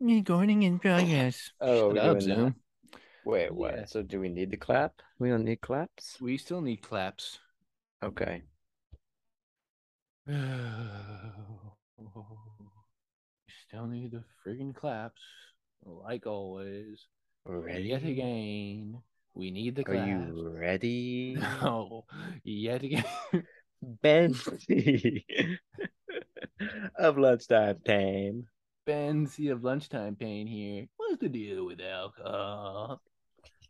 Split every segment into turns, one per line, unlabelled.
Recording in progress.
Oh,
Shut
we're
up,
doing that.
Zoom.
Wait, what?
Yeah.
So do we need to clap? We don't need claps.
We still need claps.
Okay.
still need the friggin' claps, like always. Yet again, we need the
Are
claps.
you ready,
No, yet again.
Benji? of lunchtime time.
Ben, see of lunchtime pain here. What's the deal with alcohol?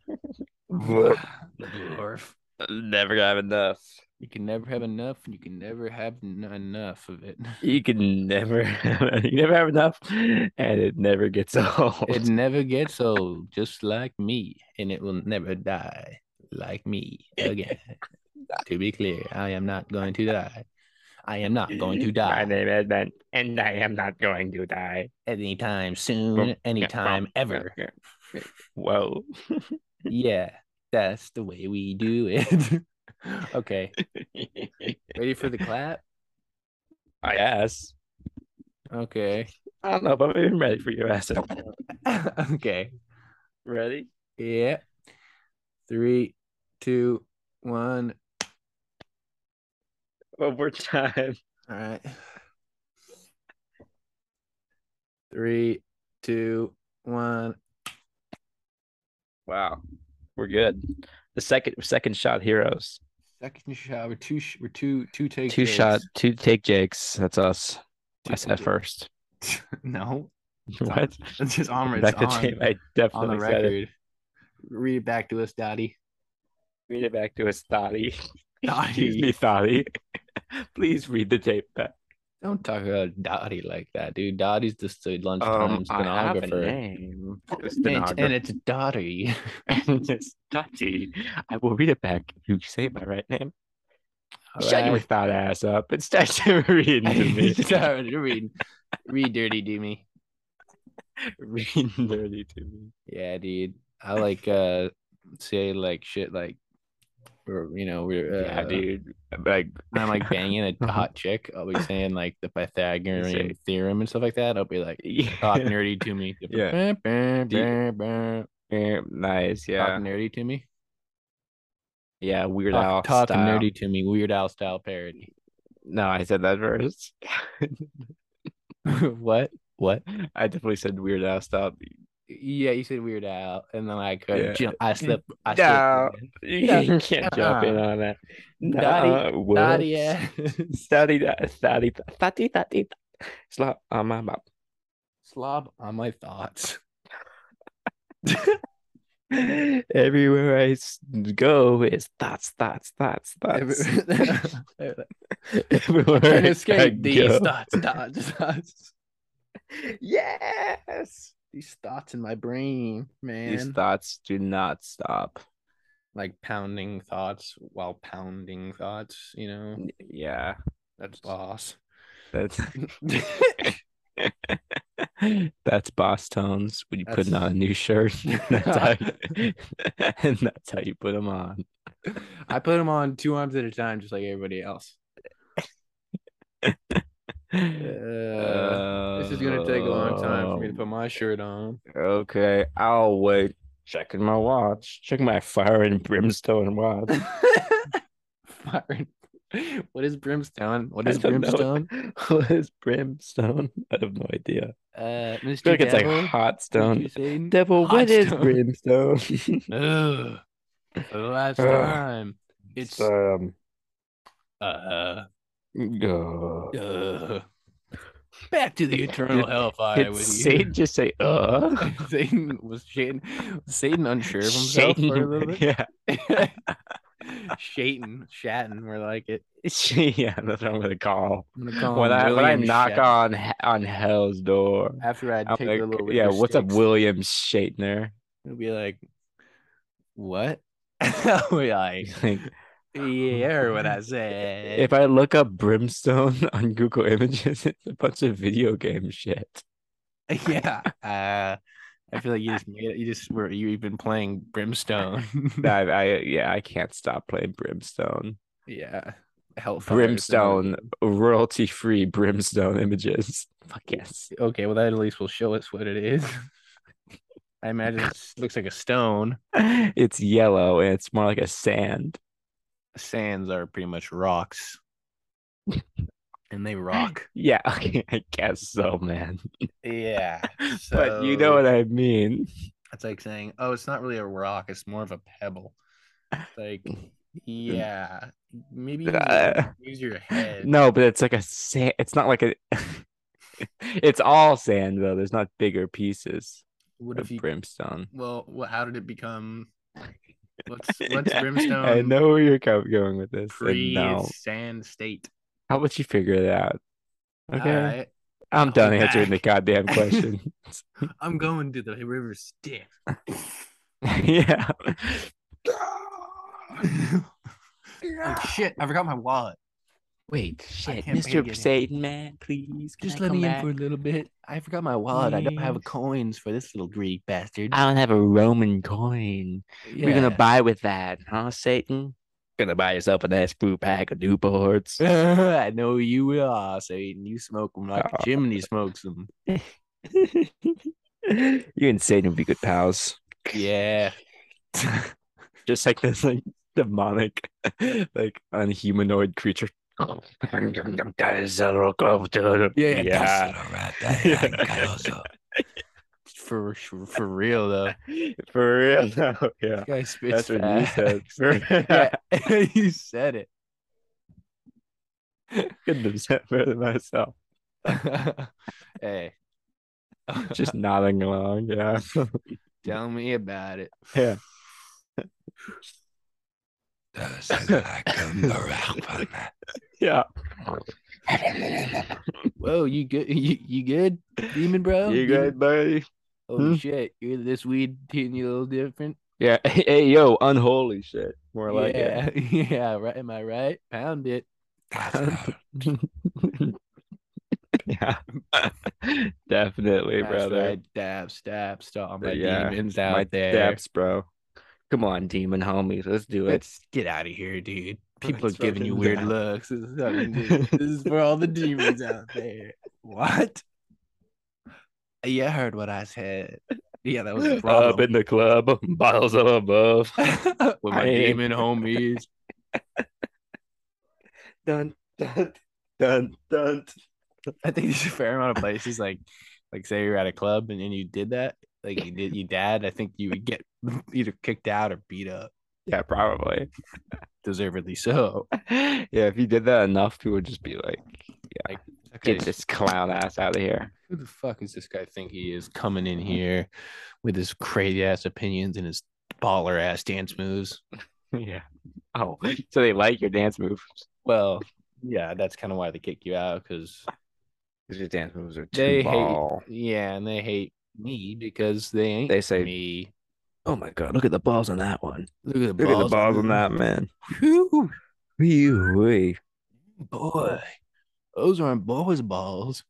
Dwarf.
Never have enough.
You can never have enough, and you can never have n- enough of it.
You can never, you never have enough, and it never gets old.
It never gets old, just like me, and it will never die like me again. to be clear, I am not going to die. I am not going to
My
die
name is Ben, and I am not going to die.
anytime soon, anytime ever.
Whoa.
Yeah, that's the way we do it. okay, ready for the clap?
I guess.
Okay,
I don't know if I'm even ready for your ass.
okay,
Ready?
yeah. Three, two, one.
One more time.
All right. Three, two, one.
Wow, we're good. The second second shot heroes.
Second shot. We're two. sh- We're two. Two take.
two
takes.
shot, two take Jakes. That's us.
Two
I said
take-
first.
No,
what?
that's just Amr. It's
Back to
on,
tape. I
on the
definitely said it.
record. Read it back to us, Daddy.
Read it back to us, Thotty. Excuse
Dottie.
me, Thotty. Please read the tape back.
Don't talk about Dottie like that, dude. Dottie's just a lunchtime
Um,
stenographer.
name.
And, and it's Dottie.
and it's Dotty. I will read it back. You say my right name.
All
Shut your
right.
fat ass up and start to read to me.
Sorry, read, read dirty, do me.
read dirty to me.
Yeah, dude. I like uh say like shit like or you know, we're uh,
yeah, dude. Like
when I'm like banging a hot chick, I'll be saying like the Pythagorean
Say-
theorem and stuff like that. I'll be like talk
yeah.
nerdy to me.
Yeah. Do you-
Talk
nice, yeah,
nerdy to me.
yeah. Weird Al
Talk, talk
style.
nerdy to me, weird owl style parody.
No, I said that first.
what? What?
I definitely said Weird Al style.
Yeah, you said weird owl, and then I could
Yeah.
jump I slip I
No.
slip
You can't jump in on that.
Daddy-
No,
Naughty
whoops.
ass.
Daddy, daddy, daddy, daddy. Slap on my mouth.
slob on my thoughts.
Everywhere I s- go is thoughts, thoughts, thoughts,
Every-
thoughts.
Can't
Everywhere I
escape these
go.
thoughts, thoughts, thoughts.
Yes.
These thoughts in my brain, man.
These thoughts do not stop.
like pounding thoughts while pounding thoughts, you know?
Yeah,
That's loss.
that's that's boss tones when you put putting
That's-
on a new shirt. That's how you- and that's how you put them on.
I put them on two arms at a time, just like everybody else. Uh, this is gonna take a long time for me to put my shirt on.
Um, Okay, I'll wait. Checking my watch. Checking my fire and brimstone watch.
Fire- what is brimstone? What
I
is
don't know.
brimstone?
what is brimstone? I have no idea.
Uh,
I
Mr.
feel like it's
Devil,
like hot stone.
did you say-
Devil,
hot
what is
stone.
brimstone?
Ugh. The Last
Ugh.
time. It's
it's um.
uh,
Uh,
uh, back to the eternal hellfire
did
with
Satan just say uh?
you. Satan was Satan, was Satan unsure of himself for a little
Satan,
bit.
yeah,
Shatan, Shatten, we're like it.
yeah, that's what I'm gonna call.
I'm gonna call
when
him
I when I
William
knock
Shatner.
on he- on Hell's door,
after I
I'm
take
like,
the little
yeah,
Richter
what's up,
sticks,
William Shatner?
He'll be like, what? I'll be like,
Like,
yeah, you heard what I said.
if I look up brimstone on Google Images, it's a bunch of video game shit.
Yeah. Uh, I feel like you just made it. You just were you have been playing Brimstone.
I, I yeah, I can't stop playing brimstone.
yeah. hellfire. is in the
Brimstone,
review.
royalty free brimstone images. Fuck yes.
Okay, well that at least will show us what it is. I imagine it looks like a stone.
It's yellow and it's more like a sand.
Sands are pretty much rocks, and they rock.
Yeah, okay, I guess so, man.
Yeah,
but you know
so-
what I mean.
It's like saying, "Oh, it's not really a rock; it's more of a pebble." It's like, yeah, maybe use, your-
Uh,
use your head.
No, but it's like a sand. It's not like a. it's all sand though. There's not bigger pieces
what
of
if you?
brimstone.
Well, wha- how did it become? What's what's
Yeah,
brimstone?
I know where you're co- going with this. and
Pre
no.
sand state.
How about you figure it out? Okay.
Alright,
I'm
I'll
done
be
answering the goddamn question.
I'm going to the river Styx.
yeah.
like shit, I forgot my wallet.
Wait,
I
shit.
can't pay to
Mr.
get in.
Satan Man, please. can
Just
I
let
come
me
back?
in for a little bit. I forgot my wallet. I don't have
Please.
coins for this little Greek bastard.
I don't have a Roman coin. We're gonna
Yeah.
buy with that, huh, Satan? Gonna buy yourself a nice brew pack of Newports.
I know you are, Satan. You smoke them like
Oh.
a chimney smokes them.
you and Satan would be good pals.
Yeah.
Just like this like demonic, like unhumanoid creature.
Yeah.
Yeah.
For for, for real though.
For real. No, yeah.
This guy spits
That's what you
fast.
said. For-
yeah, you said it.
Couldn't have said better than myself.
hey,
Just nodding along. Yeah.
tell me about it.
Yeah. Yeah.
Whoa, you good? You, you good, demon bro?
You
Demon-
good, buddy?
Holy
Hmm?
shit, you're this weed hitting you a little different.
Yeah. Hey, yo, unholy shit. More like it.
yeah, yeah. Right? Am I right? Pound it.
yeah. Definitely,
That's
brother.
right. Dab, stab, stop all my
Yeah,
demons out
My
there.
steps, bro. Come on, demon homies. Let's do it.
Let's get out of here, dude. People
Let's
are giving you
fucking
weird
dab.
looks. This is, fucking- this is for all the demons out there. What? You heard what I said. Yeah, that was the
Up
problem.
in the club, bottles up above.
With my
I ain't-
demon homies.
dun, dun, dun, dun.
I think there's a fair amount of places like like say you're at a club and then you did that, like you did you dad, I think you would get either kicked out or beat up,
Yeah, probably.
deservedly so.
Yeah, if you did that enough, people would just be like,
Okay,
get this clown ass out of here.
who the fuck is this guy think he is coming in here with his crazy ass opinions and his baller ass dance moves?
Yeah. Oh, so they like your dance moves.
Well, yeah, that's kind of why they kick you out because
Because your dance moves are
They hate- yeah, and they hate me because they ain't
They say-
me.
Oh my god, look at the balls on that one.
Look at the
Look at the balls on that man.
Whew,
Wee-wee.
boy, those aren't boys' balls.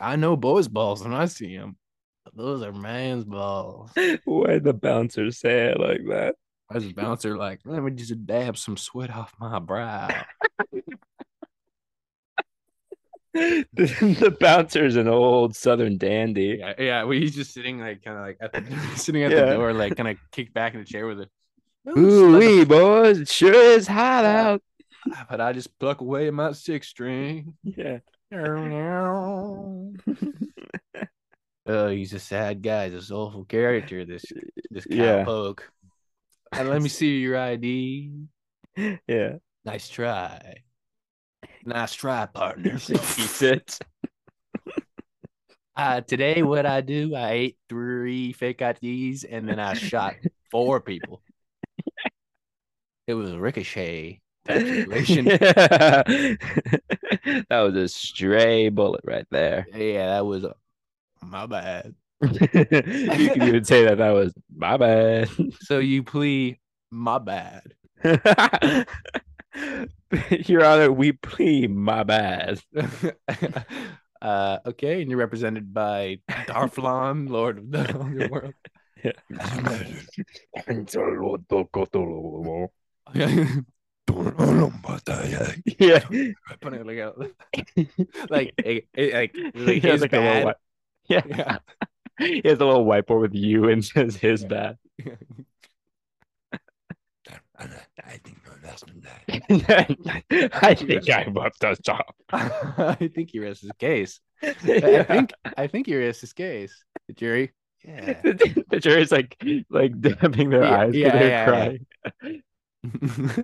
I know boys' balls when I see them. Those are man's balls.
Why'd the bouncer say it like that?
As a bouncer, like, let me just dab some sweat off my brow.
the bouncer's an old southern dandy.
Yeah, yeah. Well, he's just sitting like kind of like at the, sitting at
Yeah.
the door, like kind of kicked back in the chair with it.
Ooh wee, boys, it sure is hot
Yeah.
out.
But I just pluck away my six string.
Yeah.
oh, he's a sad guy. This awful character. This this
Yeah.
cowpoke. And let me see your ID.
Yeah.
Nice try. Nice try, partner.
He sits.
Uh, today, what I do, I ate three fake IDs and then I shot four people. It was a ricochet type situation. yeah.
Yeah. that was a stray bullet right there.
that was my bad.
you can even say that that was my bad.
So you plea my bad.
Your Honor, we plead my bad.
uh, okay, and you're represented by Darflon, Lord of the Underworld.
Yeah.
Do
yeah.
like, a- like, it- it- like, like,
He has
his
a little
bad.
wi- yeah.
Yeah.
He has a little whiteboard with you and says his bad. I think I bumped us off.
I think he rests his case. I
Yeah.
think I think he rests his case. The jury. Yeah.
the, the jury's like like dabbing their
Yeah,
eyes because
yeah,
they're
yeah, yeah.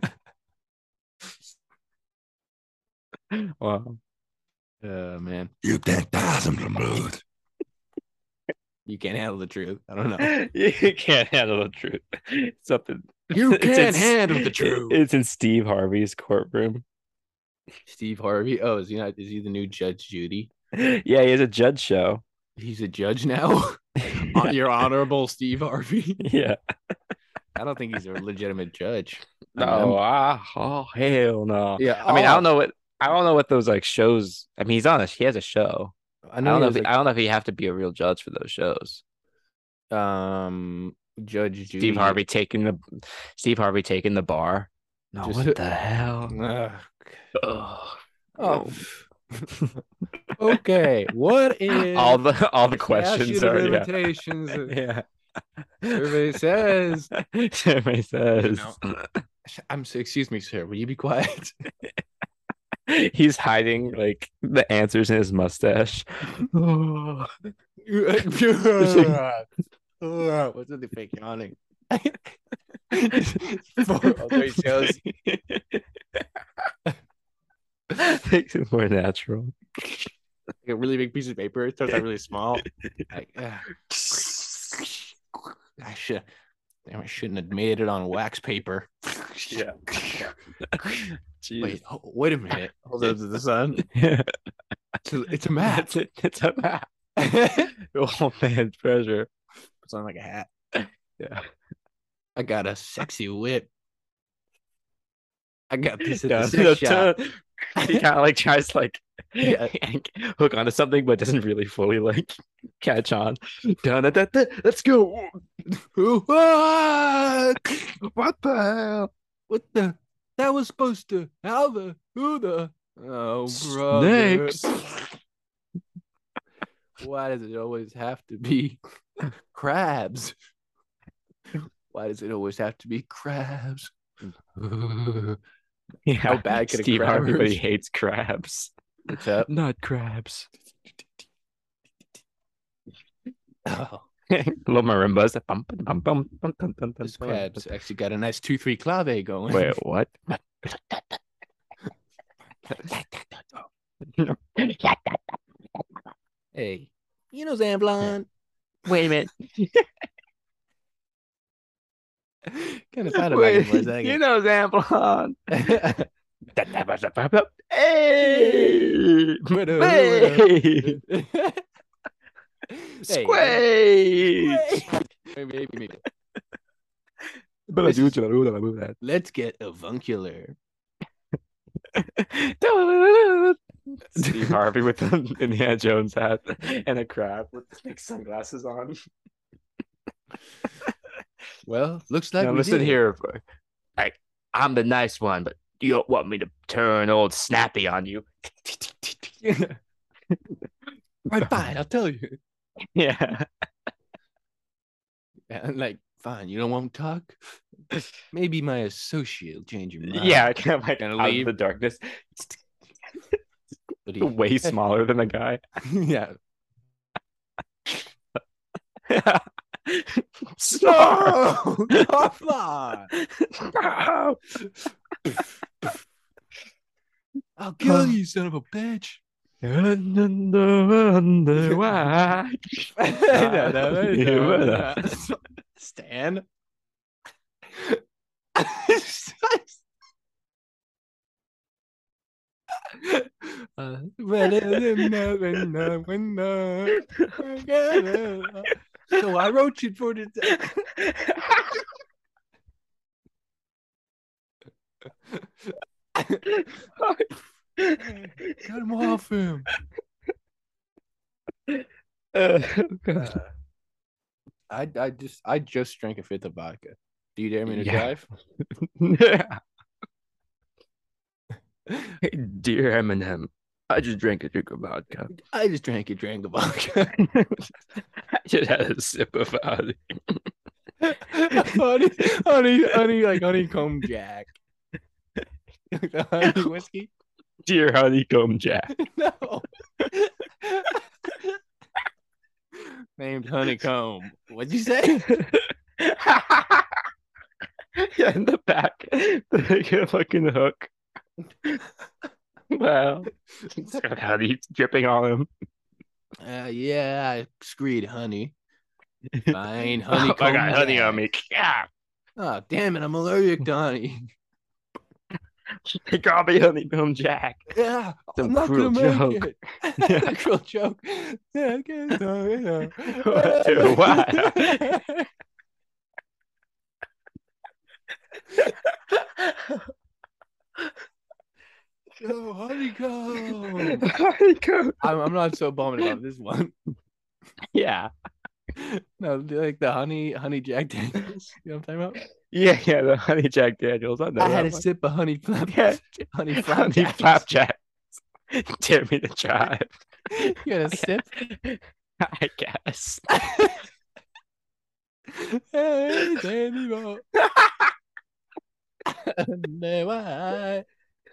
crying. Wow.
oh man,
You can't pass him the mood.
you can't handle the truth. I don't know.
You can't handle the truth. Something
You
it's in
can't
S-
handle the
it-
truth.
It's in Steve Harvey's courtroom.
Steve Harvey. Oh, is he not? Is he the new Judge Judy?
Yeah, he has a judge show.
He's a judge now. Uh, Your Honorable Steve Harvey.
yeah.
I don't think he's a legitimate judge.
No. ah, oh hell no.
Yeah.
I mean, I don't know what I don't know what those like shows. I mean, he's on a he has a show.
I
I
know.
don't know.
he
If,
was
I don't know if you have to be a real judge for those shows.
like, um, Judge Judy.
Steve Harvey taking the Steve Harvey taking the bar. No,
Just-
what the hell?
Ugh.
Ugh.
Oh. okay. What is
all the all the
statute
questions
of
are yeah.
limitations that
yeah.
survey says?
Survey says
I'm so, excuse me, sir. Will you be quiet?
he's hiding like the answers in his mustache.
What's with the fake yawning? Okay, shows.
Makes it more natural.
Like a really big piece of paper. It starts out really small. Like, ugh, I should. Damn, I shouldn't have made it on wax paper.
Yeah.
Wait, oh, wait a minute. Hold up to the sun. It's a,
Yeah.
it's a mat.
That's it. It's a map.
Puts
Oh man, treasure.
on like a hat.
Yeah.
I got a sexy whip. I got this at
Yeah,
the sex
the
shop.
tongue- he kind of like tries to like
Yeah.
hook onto something, but doesn't really fully like catch on. Dun, dun, dun, dun, let's go.
what?
What the hell?
What the? That was supposed to. How the? Who the? Oh, brother.
Snakes.
Why does it always have to be crabs? Why does it always have to be crabs?
Yeah,
How bad could a
Steve
crab
Harvey but he
hurt?
hates crabs.
What's up?
Not crabs.
Oh,
Little marimbas. Bum, bum, bum, bum, bum, dun, dun, dun,
this
dun.
crab's actually got a nice two-three clave going.
Wait, what?
Hey, you know Zamblon.
Wait a minute.
kind of thought about it for a
Wait,
second.
you know Zamblon. Hey!
Hey!
Hey!
Hey,
Squeeze!
maybe- maybe- maybe.
That
Let's get avuncular.
was- Steve Harvey with an Indiana Jones hat and a crab with like sunglasses on.
Well, looks like
now
we
listen
did.
here, like I'm the nice one, but you don't want me to turn old snappy on you.
Right, fine, I'll tell you.
yeah,
And like, fine, you don't want to talk. Maybe my associate will change your mind.
yeah. I can't like
Gonna
out of
leave?
the darkness,
But he-
way smaller than the guy.
yeah.
Snarl! Oh,
come on!
No!
I'll kill you, son of a bitch.
No, no, no, no,
Stan. Uh, better than nothing, nothing, nothing. so I wrote it for today. Cut him off him. I, I just I just drank a fifth of vodka. Do you dare me to
Yeah.
drive?
Dear Eminem, I just drank a drink of vodka.
I just drank a drink of vodka.
I just had a sip of vodka.
honey, honey, honey, like honeycomb jack. the honey whiskey?
Dear Honeycomb Jack.
No. Named honeycomb. What'd you say?
yeah, in the back, the fucking hook. Wow, he's got honey dripping on him.
Uh, yeah, I screed honey. I ain't honeycomb.
Oh, I got honey
jack.
on me. Yeah,
Oh, damn it. I'm allergic to honey.
he called me Honeycomb Jack.
Yeah,
Some
I'm not
cruel
gonna make
joke.
it. It's a cruel joke. Yeah, I guess so, you know.
What the- what?
So, honeycomb.
Honeycomb.
I'm, I'm not so bummed about this one.
Yeah,
No, like the honey, honey Jack Daniels. You know what I'm talking about?
yeah, yeah. The Honey Jack Daniels. I know.
I had a
that one.
sip of honey flap,
Yeah.
honey
Honey
flapjack.
Flapjack. Dare me to try.
You had a sip.
I guess.
Hey, Danny Bo. No, I-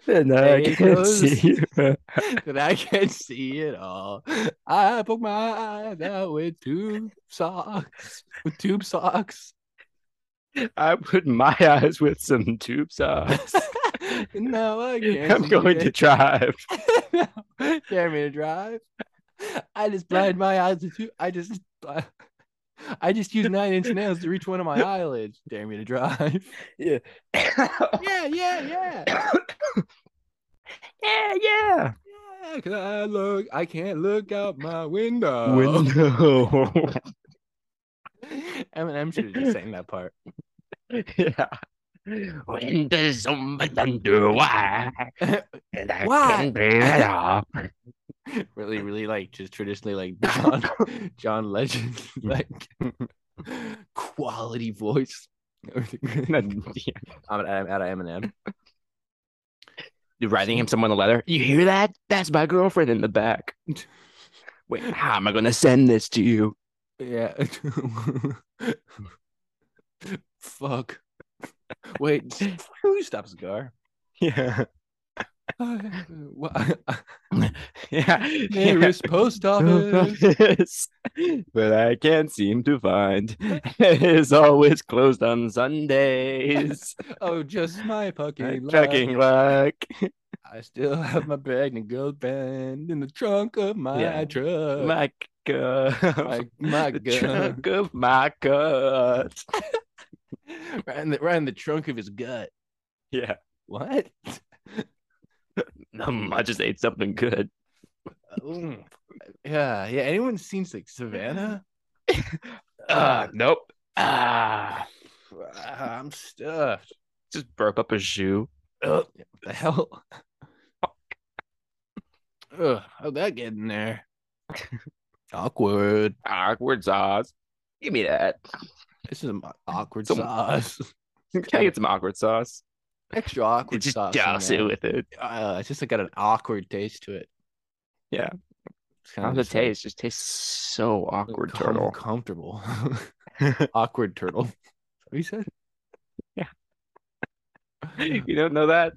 And I
There
can
goes.
see you.
that I can see it all. I poke my eyes out with tube socks. With tube socks.
I put my eyes with some tube socks.
no, I can't.
I'm
see
going
it.
to drive.
no, dare me to drive. I just blind my eyes with you. I just, I just use nine inch nails to reach one of my eyelids. Dare me to drive. Yeah, yeah, yeah.
yeah, yeah.
Yeah, 'cause I look, I can't look out my window.
Window.
Eminem should have just sang that part.
yeah. When the zombies under why? And I
Why?
can be it all.
Really, really like just traditionally like John, John Legend, like quality voice. I'm out of Eminem.
You're writing him someone a letter. You hear that? That's my girlfriend in the back. Wait, how am I gonna send this to you?
Yeah. Fuck. Wait, who stops cigar?
Yeah.
Uh, wha-
Yeah.
Nearest post office.
but I can't seem to find. It is always closed on Sundays.
Oh, just my fucking luck.
Checking luck.
I still have my pregnant girlfriend in the trunk of my
Yeah.
truck.
My God.
my, my
the
gun.
trunk of my God.
right, in the, right in the trunk of his gut.
Yeah.
What?
Um, I just ate something good.
Mm. yeah, yeah. Anyone seen like Savannah?
Uh, nope. Ah.
Ah, I'm stuffed.
just burp up a shoe.
Ugh, what the hell? Ugh, how'd that get in there? Awkward.
Awkward sauce. Give me that.
This is an awkward
Some-
sauce.
Can I get some awkward sauce?
Extra awkward
just
sauce. in
douse
there.
it with it.
uh, it's just like got an awkward taste to it.
Yeah.
It's
How's it taste? Just tastes so awkward, turtle.
Comfortable. awkward turtle. Is that What you said?
you don't know that?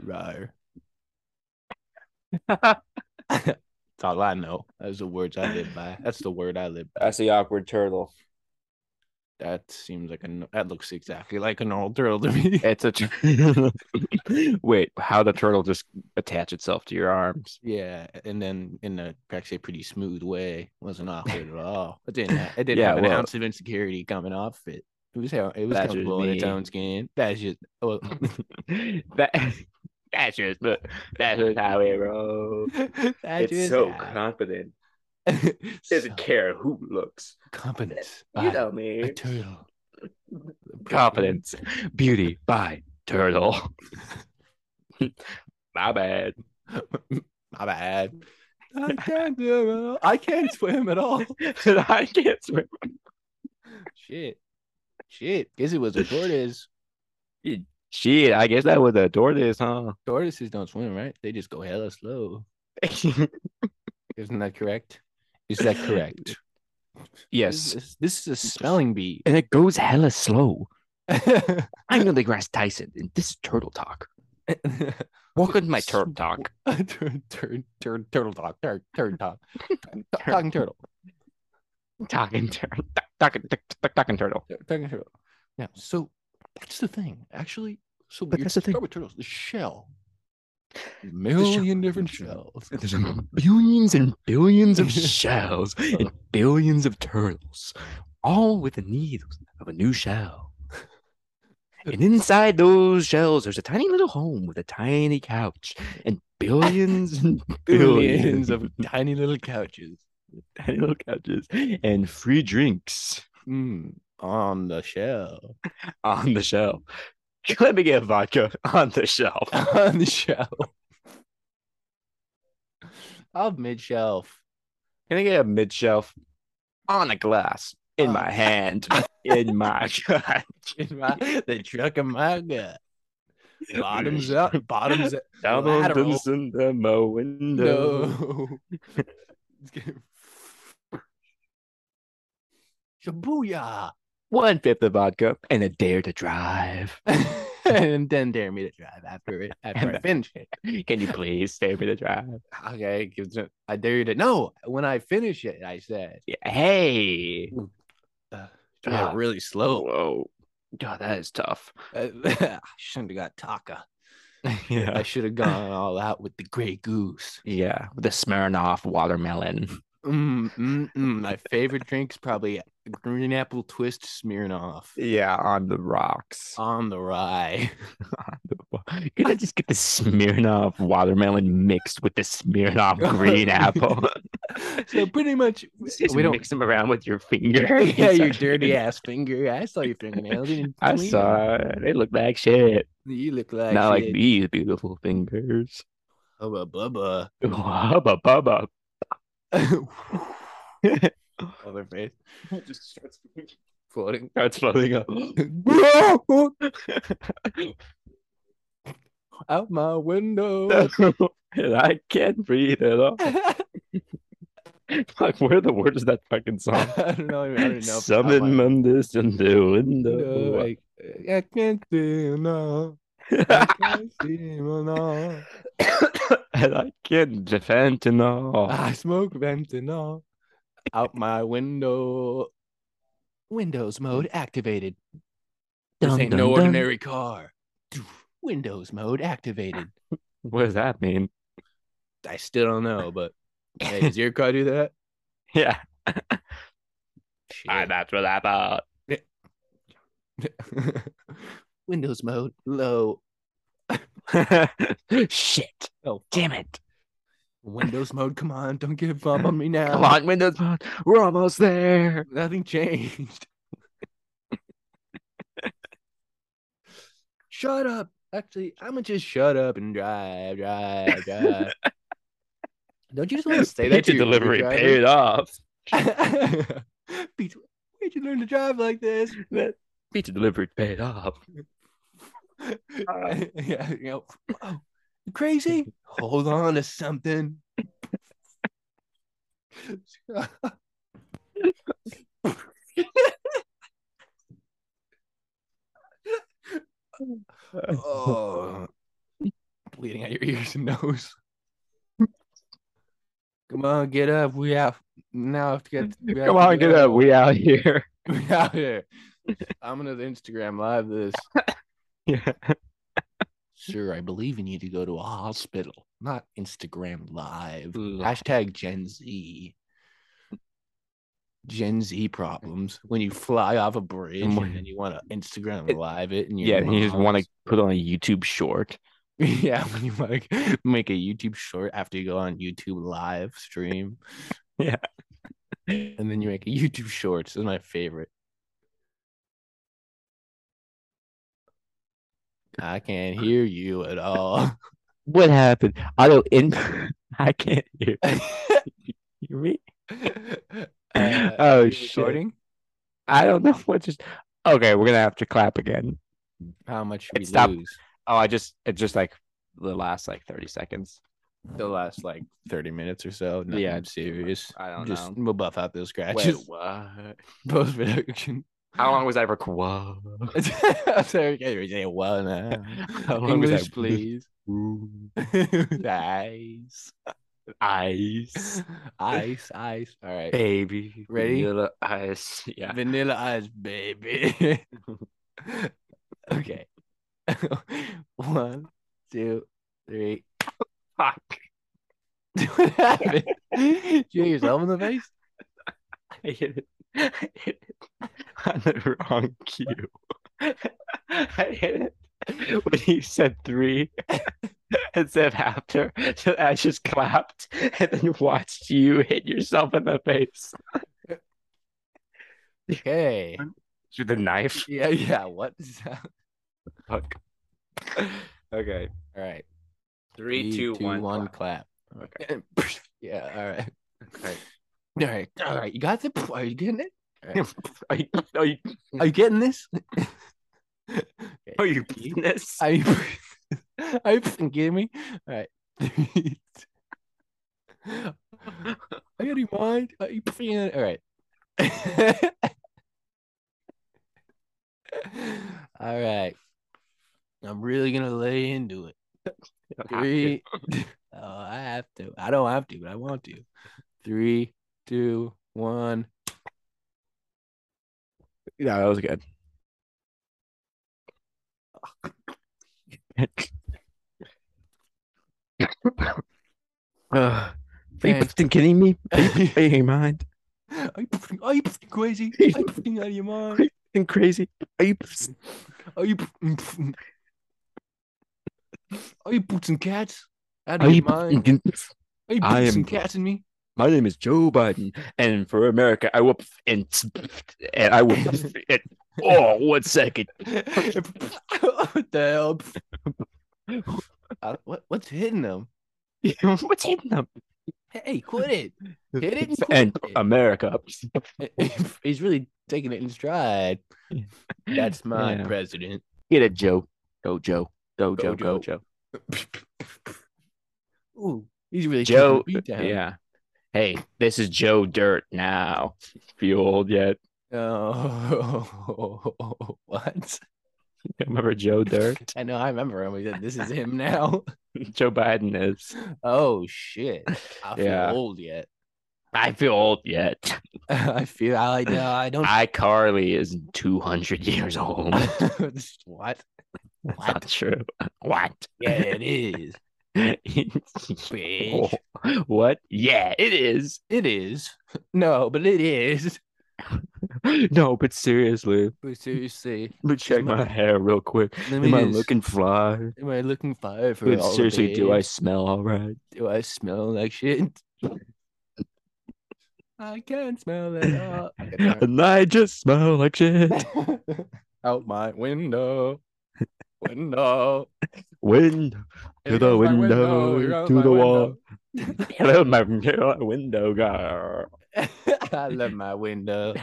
Rar. That's all I know. That's the words I live by. That's the word I live by.
That's the awkward turtle.
That seems like an that looks exactly like a normal turtle to me.
It's a. Tur- Wait, how the turtle just attach itself to your arms?
yeah, and then in a actually pretty smooth way, wasn't awkward at all. It didn't. ha- It didn't
Yeah,
have an
well-
ounce of insecurity coming off it. It was how it was
That's just
comfortable in its
me.
own skin. That's just well,
that that's just that's just how it rolls.
That's
It's
just
so
how-
confident.
so
Doesn't care who looks.
confidence.
You
by
know
a
me.
turtle.
Confidence, beauty by turtle. My bad.
My bad. I can't do it. all. I can't swim at all.
I can't swim.
Shit. Shit. Guess it was a tortoise.
Shit, I guess that was a tortoise, huh?
Tortoises don't swim, right? They just go hella slow. Isn't that correct? Is that correct? This
yes.
is- This is a spelling bee.
And it goes hella slow. I'm Neil deGrasse Tyson, and this is Turtle Talk. Welcome to my Turtle Talk.
turn, turn, turn, turtle talk, turn, turn talk, Talk- talking turtle,
Talking turtle. Talking, talking, talking turtle.
Tur- talking turtle. Now, so that's the thing, actually. So
But
you're
that's the thing.
talking about turtles, the shell, million different shells.
There's billions and billions of shells and billions of turtles, all with the need of a new shell. And inside those shells, there's a tiny little home with a tiny couch and billions and
Billions
billions
of tiny little couches
tiny little couches and free drinks
mm, on the shell.
on the shelf. Let me get vodka on the shelf.
on the shelf. Of mid shelf.
Can I get a mid shelf on a glass in
Uh.
my hand? in my gut.
In my the truck of my gut. Bottoms up. Bottoms up.
Down on
Lateral.
them's in the mo- window.
No. It's getting- Shabuya.
One fifth of vodka and a dare to drive.
and then dare me to drive after it after I
And-
finish it.
Can you please dare me to drive?
Okay, gives it- I dare you to no. When I finish it, I said
Yeah, Hey.
yeah,
Ah.
really slow.
Whoa. God, that is tough.
I shouldn't have got Taka. I
Yeah.
should have gone all out with the Grey Goose.
Yeah. The Smirnoff watermelon.
Mm, mm, mm. My favorite drink is probably green apple twist Smirnoff
Yeah, on the rocks.
on the rye.
Could I just get the Smirnoff watermelon mixed with the Smirnoff green apple?
So pretty much,
Just
we don't.
mix them around with your finger.
yeah, your dirty ass finger. I saw your fingernails. You didn't
I
clean 'em.
saw it. They look like shit.
You look like
Not like
shit. Oh,
these beautiful fingers.
Hubba bubba.
Hubba bubba.
Other face
Just starts,
floating.
starts floating up.
out my window.
and I can't breathe at all. Fuck, where the words of that fucking song?
I don't know. I don't know. if it's out
Summon
my
Mundus and the
window,
window.
like, I can't see no. I can't see no.
and I can't defend to know.
I smoke fentanyl out my window. Windows mode activated. This
Dun,
ain't
dun,
no
dun.
ordinary car. Windows mode activated.
What does that mean?
I still don't know, but hey, does your car do that?
Yeah, I,
Shit.
that's what I thought.
Windows mode low.
Shit.
Oh,
Damn it.
Windows mode, come on, don't give up on me now.
Come on, Windows Phone. We're almost there.
Nothing changed. shut up. Actually, I'm gonna just shut up and drive, drive, drive. Don't you just want to say that
Pizza
to your Uber
delivery
driver?
paid off.
Pizza, where'd you learn to drive like this?
Pizza delivery paid off.
Uh, yeah, you know, "Whoa, you crazy. Hold on to something. oh, bleeding out your ears and nose. Come on, get up. We have now have to get. we have
Come
to
on, get up. We out here.
We out here. I'm gonna Instagram live this.
Yeah.
Sir, I believe you need to go to a hospital, not Instagram live. Hashtag Gen Z. Gen Z problems when you fly off a bridge and,
when-
then you want to Instagram live it and you're
Yeah, and you just want to
mom's-
put on a YouTube short.
yeah when you want to make a YouTube short after you go on YouTube live stream
Yeah.
and then you make a YouTube shorts is my favorite. I can't hear you at all.
What happened? Auto in. I can't hear. you hear me?
Uh,
oh
you
shit!
Recording?
I don't know what just. Okay, we're gonna have to clap again.
How much
It
we
stopped.
lose
Oh, I just it just like the last like 30 seconds.
the last like 30 minutes or so. Nothing
Yeah.
serious.
I don't
Just
know.
we'll buff out those
Wait,
scratches.
what?
Post production.
How long was I recording?
Sorry, can't even say well now.
How long was I-
English, please. ice,
Ice,
ice, ice. All right.
baby.
Ready?
Vanilla ice. Yeah.
Vanilla ice, baby. okay. One, two, three.
Fuck.
what happened? Did you hit yourself in the face?
I hit it. I hit it on the wrong cue. I hit it when you said three instead of after. So I just clapped and then watched you hit yourself in the face
Okay.
with the knife.
Yeah, yeah. What? is that?
Fuck. Okay.
All right.
Three, two, one.
clap.
Okay.
yeah. All right.
All right.
All right. All right. You got it. Are you getting it?
Are you, are you,
Are you getting this?
are you beating this?
Are you, are you fucking kidding me? All right. I got your mind. Are you fucking- All right. All right. I'm really gonna lay into it. Three. oh, I have to. I don't have to, but I want to. Three, two, one.
Yeah, that was good. Uh, are you
Okay.
fucking kidding me? Are you,
are
are you mind?
you fucking- are you fucking crazy? Are you fucking out of your mind?
Fucking crazy? Are you?
Are you mm, Are you boots and cats? Out
Are
of
you?
your mind?
fucking-
Are you
I
boots
am-
and cats in me?
My name is Joe Biden, and for America, I whoop and and I whoop and oh, one second.
what the hell? Uh, what, what's hitting them?
What's hitting them?
Hey, quit it. Hit it and
And
quit
America.
it. He's really taking it in stride. That's my
Yeah.
president.
Get it, Joe. Go, Joe. Go, Joe. Go,
Joe.
Joe.
Ooh, he's really taking
Joe.
the beat down.
Yeah. Hey, this is Joe Dirt now. You old yet?
Oh, what?
Remember Joe Dirt?
I know. I remember him. He said, "This is him now."
Joe Biden is.
Oh shit! I feel
Yeah.
old yet.
I feel old yet.
I feel I no, I don't.
iCarly is 200 years old.
what?
That's not true. What?
Yeah, it is.
Oh.
Bitch.
what? Yeah, it is.
It is. No, but it is.
No, but seriously,
But seriously,
let me check
my-
my hair real quick.
let me
Am I
just-
looking fly?
Am I looking fire for
But
all the
seriously, do I
babes?
smell all right?
Do I smell like shit? I can't smell it Oh, all.
And I just smell like shit.
Out my window. Window.
Wind
Here
to the
goes my
window,
here goes
to
my
the
window.
wall. hello, my hello, window girl.
I love my window.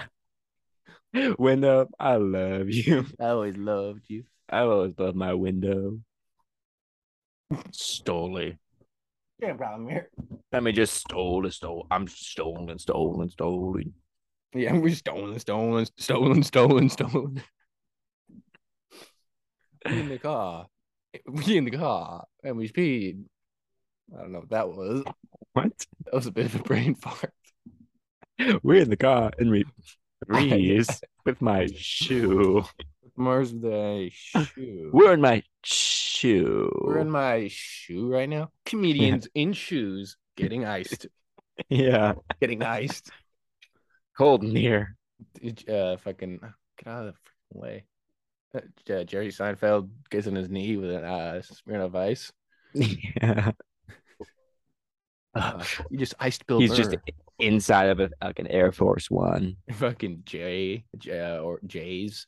Window, I love you.
I always loved you.
I always love my window. Stole
Yeah, problem here.
I mean, just stole and stole. I'm stolen, stolen, stolen.
Yeah, we stolen, stolen, stolen, stolen, stolen. We in the car. We in the car and we speed. I don't know what that was.
What?
That was a bit of a brain fart.
We're in the car and we freeze with my shoe.
Mars with a shoe.
We're in my shoe.
We're in my shoe right now. Comedians in shoes getting iced.
yeah,
Getting iced.
cold and near.
Did- Uh, fucking get out of the freaking way. Uh, J- Jerry Seinfeld gets on his knee with an uh, smear of ice.
Yeah.
Uh, you just iced Bill
He's
Burr.
just inside of a, like an Air Force One.
fucking J, J uh, or J's,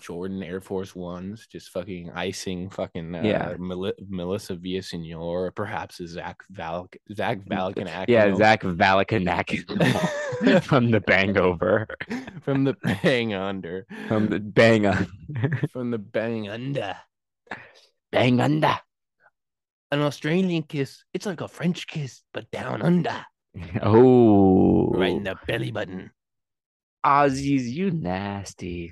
Jordan Air Force Ones, just fucking icing fucking uh,
Yeah.
Mel- Melissa Villasenor, perhaps a Zach Val Zach Valican
Yeah, Zach Valikanakis from the Bangover.
from the bang under,
From the bang on.
from the bang under.
Bang under.
An Australian kiss, it's like a French kiss, but down under,
Oh.
right in the belly button,
Aussies, you nasty.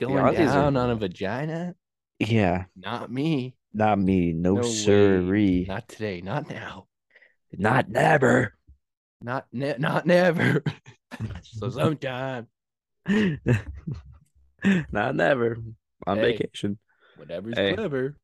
going
Aussies are-
down on a vagina.
Yeah.
Not me,
Not me. No,
No way.
sirree.
not today, not now,
Not never.
not ne- not never. so sometime,
Not never. On
Hey.
vacation.
whatever's
Hey.
clever.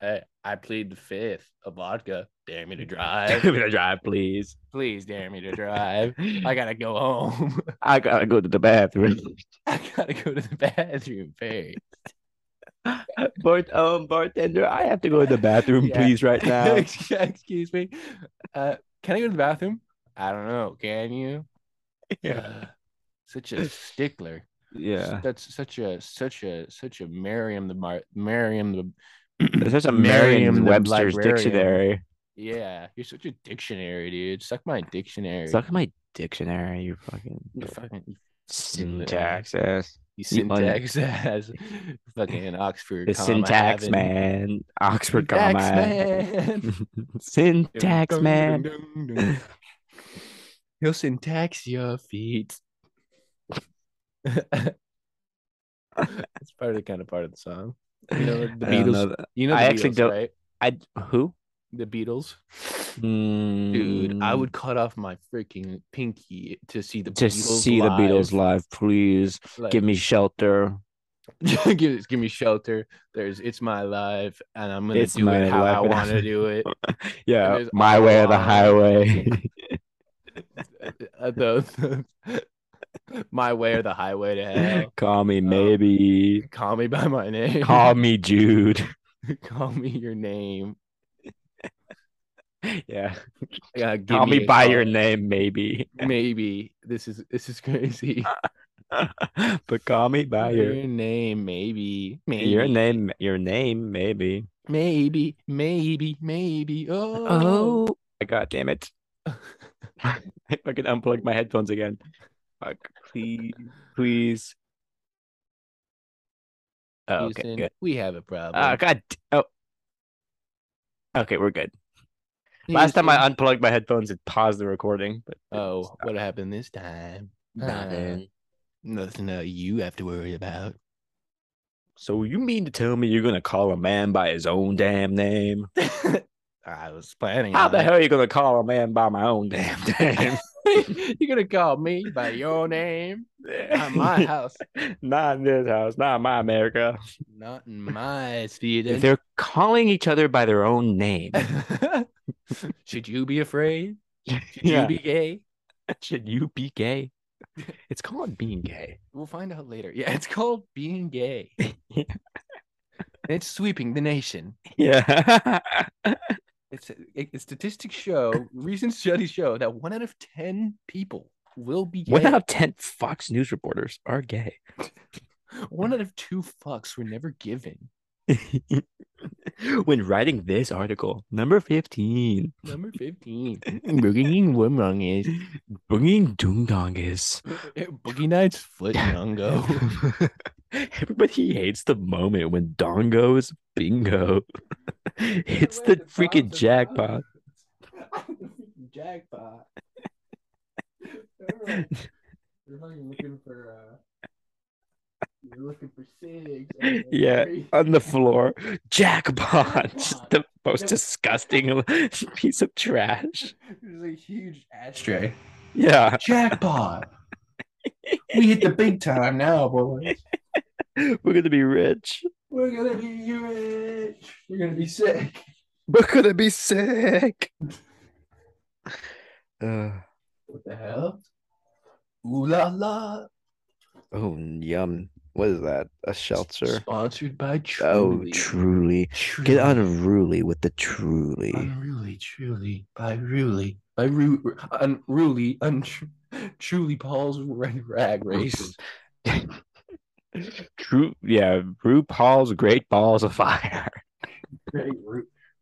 Hey, I plead the fifth of vodka. Dare me to
Give
drive.
me a drive, please.
Please dare me to drive. I gotta go home.
I gotta go to the bathroom.
I gotta go to the bathroom first.
Bart, um, bartender, I have to go to the bathroom,
Yeah.
please, right now.
Excuse me. Uh, can I go to the bathroom? I don't know. Can you? Ugh, such a stickler.
Yeah.
That's such a such a such a Merriam the Mar- Merriam the.
There's a
Merriam
Merriam
the
Webster's
librarian.
dictionary.
yeah, you're such a dictionary, dude. Suck my dictionary.
Suck my dictionary, you fucking
You fucking
syntax ass.
you
You money.
syntax ass. fucking Oxford.
The
comma
syntax
having-
man. Oxford
Syntax
comma.
man.
syntax
Dun,
man.
dun, dun, dun. He'll syntax your feet. That's probably kind of part of the song. You know the
I don't
Beatles.
know that-
You know the
I
Beatles,
actually don't-
right?
I who?
The Beatles. Dude, I would cut off my freaking pinky to see the
Mm. to
Beatles
Mm, see
live.
the Beatles live, please.
Like,
Give me shelter.
give, give me shelter. There's it's my life, and I'm gonna
It's
do
my
it how I
life.
want to do it.
Yeah,
there's
my way or the
all-
highway.
Uh, the, the- my way or the highway to hell. Um,
Call me maybe.
Call me by my name.
Call me Jude.
Call me your name.
Yeah.
Yeah, give
Call me
a
by
call.
your name, maybe.
Maybe this is this is crazy.
but call me by your
name, maybe, maybe
your name. Your name, maybe.
maybe, maybe, maybe. Oh,
Oh, god damn it! I fucking unplugged my headphones again. Fuck, please, please. Oh, okay,
Houston,
good.
we have a problem.
Oh god. d- Oh. Okay, we're good. Last time I
Houston.
unplugged my headphones, it paused the recording. But it
oh,
stopped.
what happened this time? Uh,
Nothing.
Nothing that you have to worry about.
So you mean to tell me you're gonna call a man by his own damn name?
I was planning.
How
on
the
it.
hell are you gonna call a man by my own damn name?
You're gonna call me by your name? Not my house.
not in this house, not my America.
Not in my theater.
If they're calling each other by their own name,
Should you be afraid? Should
Yeah.
you be gay?
should you be gay? It's called being gay.
We'll find out later. Yeah, it's called being gay.
Yeah.
It's sweeping the nation.
Yeah.
It's it, it- statistics show, recent studies show that one out of ten people will be gay.
One out of 10 Fox News reporters are gay.
One out of two fucks were never given.
when writing this article, number 15,
Number fifteen. Boogie Woodmong is
bringing Doom Dong is.
Boogie Nights foot Nungo.
Oh. Everybody hates the moment when Dongo's bingo hits
way,
the
the
freaking
Bronx is
jackpot.
Jackpot. They're fucking looking for uh they're looking for cigs.
and they're Yeah, On the floor, jackpot, just the most disgusting piece of trash.
There's a huge ashtray.
Yeah,
Jackpot. we hit the big time now, boys.
we're gonna be rich.
We're gonna be rich. We're gonna be sick.
We're gonna be sick. Uh,
What the hell? Ooh la la.
oh, yum. What is that? A shelter?
Sponsored by
Oh,
Truly.
truly.
Truly.
Get unruly with the truly.
Unruly, truly, by Ruly, by Ru- unruly, untru- truly Paul's red rag race.
True, yeah. RuPaul's Great Balls of Fire.
Great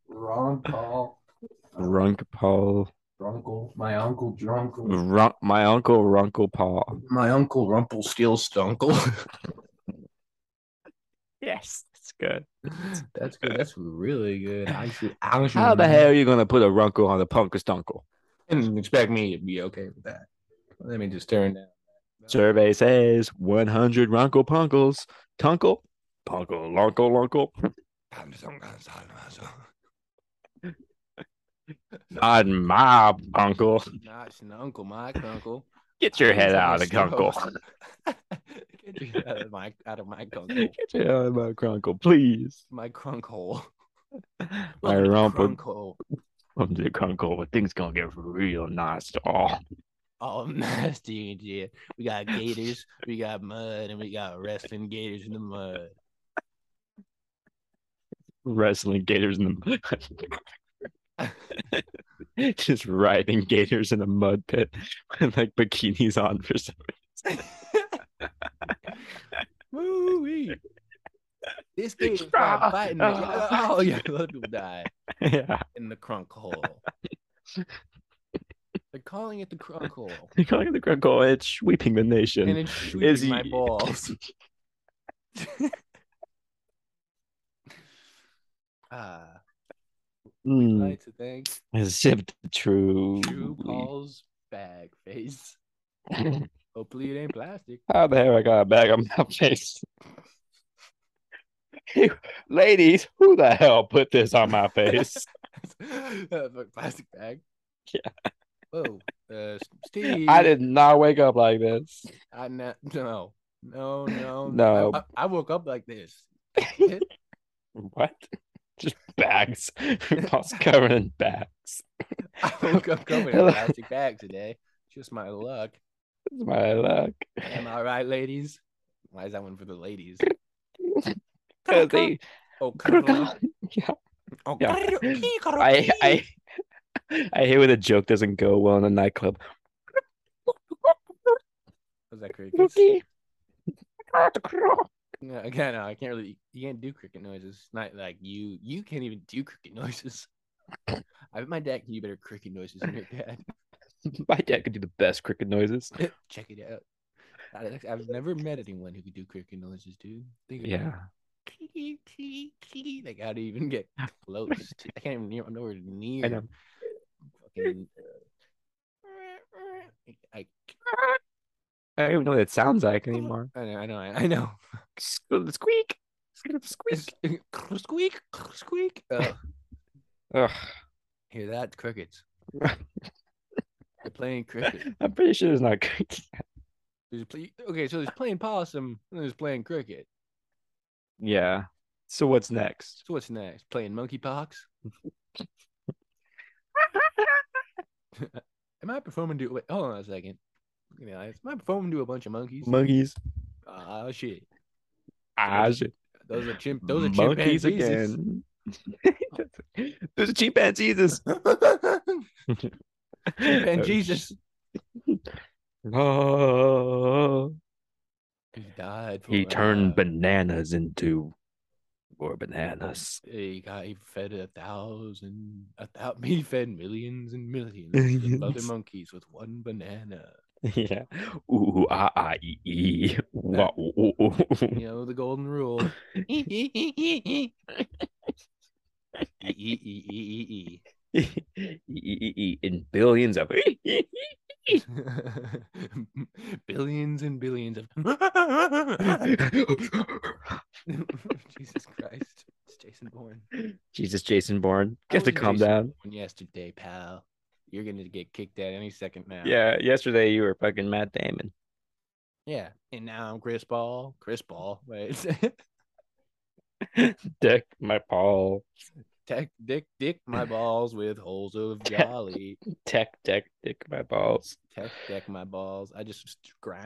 Ron Paul.
Runk Paul.
Drunkle, my uncle Drunkle,
Ron- my uncle Runkle Paul.
my uncle Rumple Steel Stunkle.
Yes, that's good.
that's good. That's really good. I should. I should
How the hell are you gonna put a Runkle on a Punkastunkel?
didn't expect me to be okay with that. Let me just turn down.
Survey says 100 Runkle Punkles. Tunkle, Punkle, Lunkle, Lunkle. Not my uncle.
Not an uncle, Mike uncle.
Get your head
He's
out
my
of the uncle.
Get your head out of my out of my gunkle.
Get your head out of my uncle, please.
My crunk hole.
My
Lovely
rumple,
crunk hole.
I'm the uncle, but things gonna get real nice. Oh,
all nasty and shit. We got gators, we got mud, and we got wrestling gators in the mud.
wrestling gators in the just riding gators in a mud pit with like bikinis on for some
Woo-wee. This gator
Ah,
tried biting me.
ah.
Oh, yeah, a lot of people die
reason. Yeah,
in the crunk hole. They're calling it the crunk hole.
You're calling it the crinkle. It's sweeping the nation.
And it's shooting my
he-
balls.
Hmm.
Ah, I'd
Mm,
like to thank
Zip the true.
Drew Paul's bag face. Hopefully it ain't plastic.
How the hell I got a bag on my face? You- Ladies, who the hell put this on my face?
Uh, but plastic bag.
Yeah.
Whoa, uh, Steve.
I did not wake up like this.
I na- no, no, no,
No.
I, I woke up like this.
What? Just bags. Boss covered in bags.
I woke up covered in a
Hello.
plastic bag today. Just my luck.
It's my luck.
Am I right, ladies? Why is that one for the ladies?
'Cause they-
Oh, cuddly.
Yeah,
oh,
Yeah.
cuddly, cuddly.
I, I, I hate when a joke doesn't go well in a nightclub.
Was that crickets?
Rookie.
No, again, no, I can't really. You can't do cricket noises. It's Not like you. You can't even do cricket noises. I bet my dad can do better cricket noises than your dad.
My dad could do the best cricket noises.
Check it out. I- I've never met anyone who could do cricket noises, dude. Think about
Yeah.
it. Kee, kee, kee. Like how do you even get close? to- I can't even near. I'm nowhere near.
know.
Fucking, uh, I,
I don't even know what it sounds like anymore.
I know. I know. I know.
Squeak. Squeak.
squeak, squeak. Uh,
Ugh.
hear that? Crickets. They're playing cricket.
I'm pretty sure it's not cricket.
There's play- okay, so there's playing possum and there's playing cricket.
Yeah. So what's next?
So what's next? Playing monkeypox? Am I performing to? Wait, hold on a second. You know, am I performing to a bunch of monkeys?
Monkeys.
Ah, shit!
Ah, shit.
Those are chimp. Those are
monkeys
chimpanzees.
again. Those are chimpanzees.
Chimpan Jesus.
Oh.
He died. for my
He turned
love.
bananas into more bananas.
He got. He fed a thousand. A thousand. He fed millions and millions of other
Millions.
monkeys with one banana.
Yeah. Ooh, ah, ah, ee, ee. Wah, ooh, ooh, ooh, ooh.
You know the golden rule. E e e e
Ee, ee, ee, ee, And billions of.
e e. Billions and billions of Jesus Christ. It's Jason Bourne.
Jesus, Jason Bourne.
I
Get to
was
calm
Jason
down.
Bourne yesterday, pal. You're gonna get kicked out any second now.
Yeah, yesterday you were fucking Matt Damon.
Yeah. And now I'm Chris Ball. Chris Ball. Wait.
Dick, my Paul.
Tech, dick, dick my balls with holes of jolly.
Tech, tech, dick, my balls.
Tech, deck my balls. I just grind.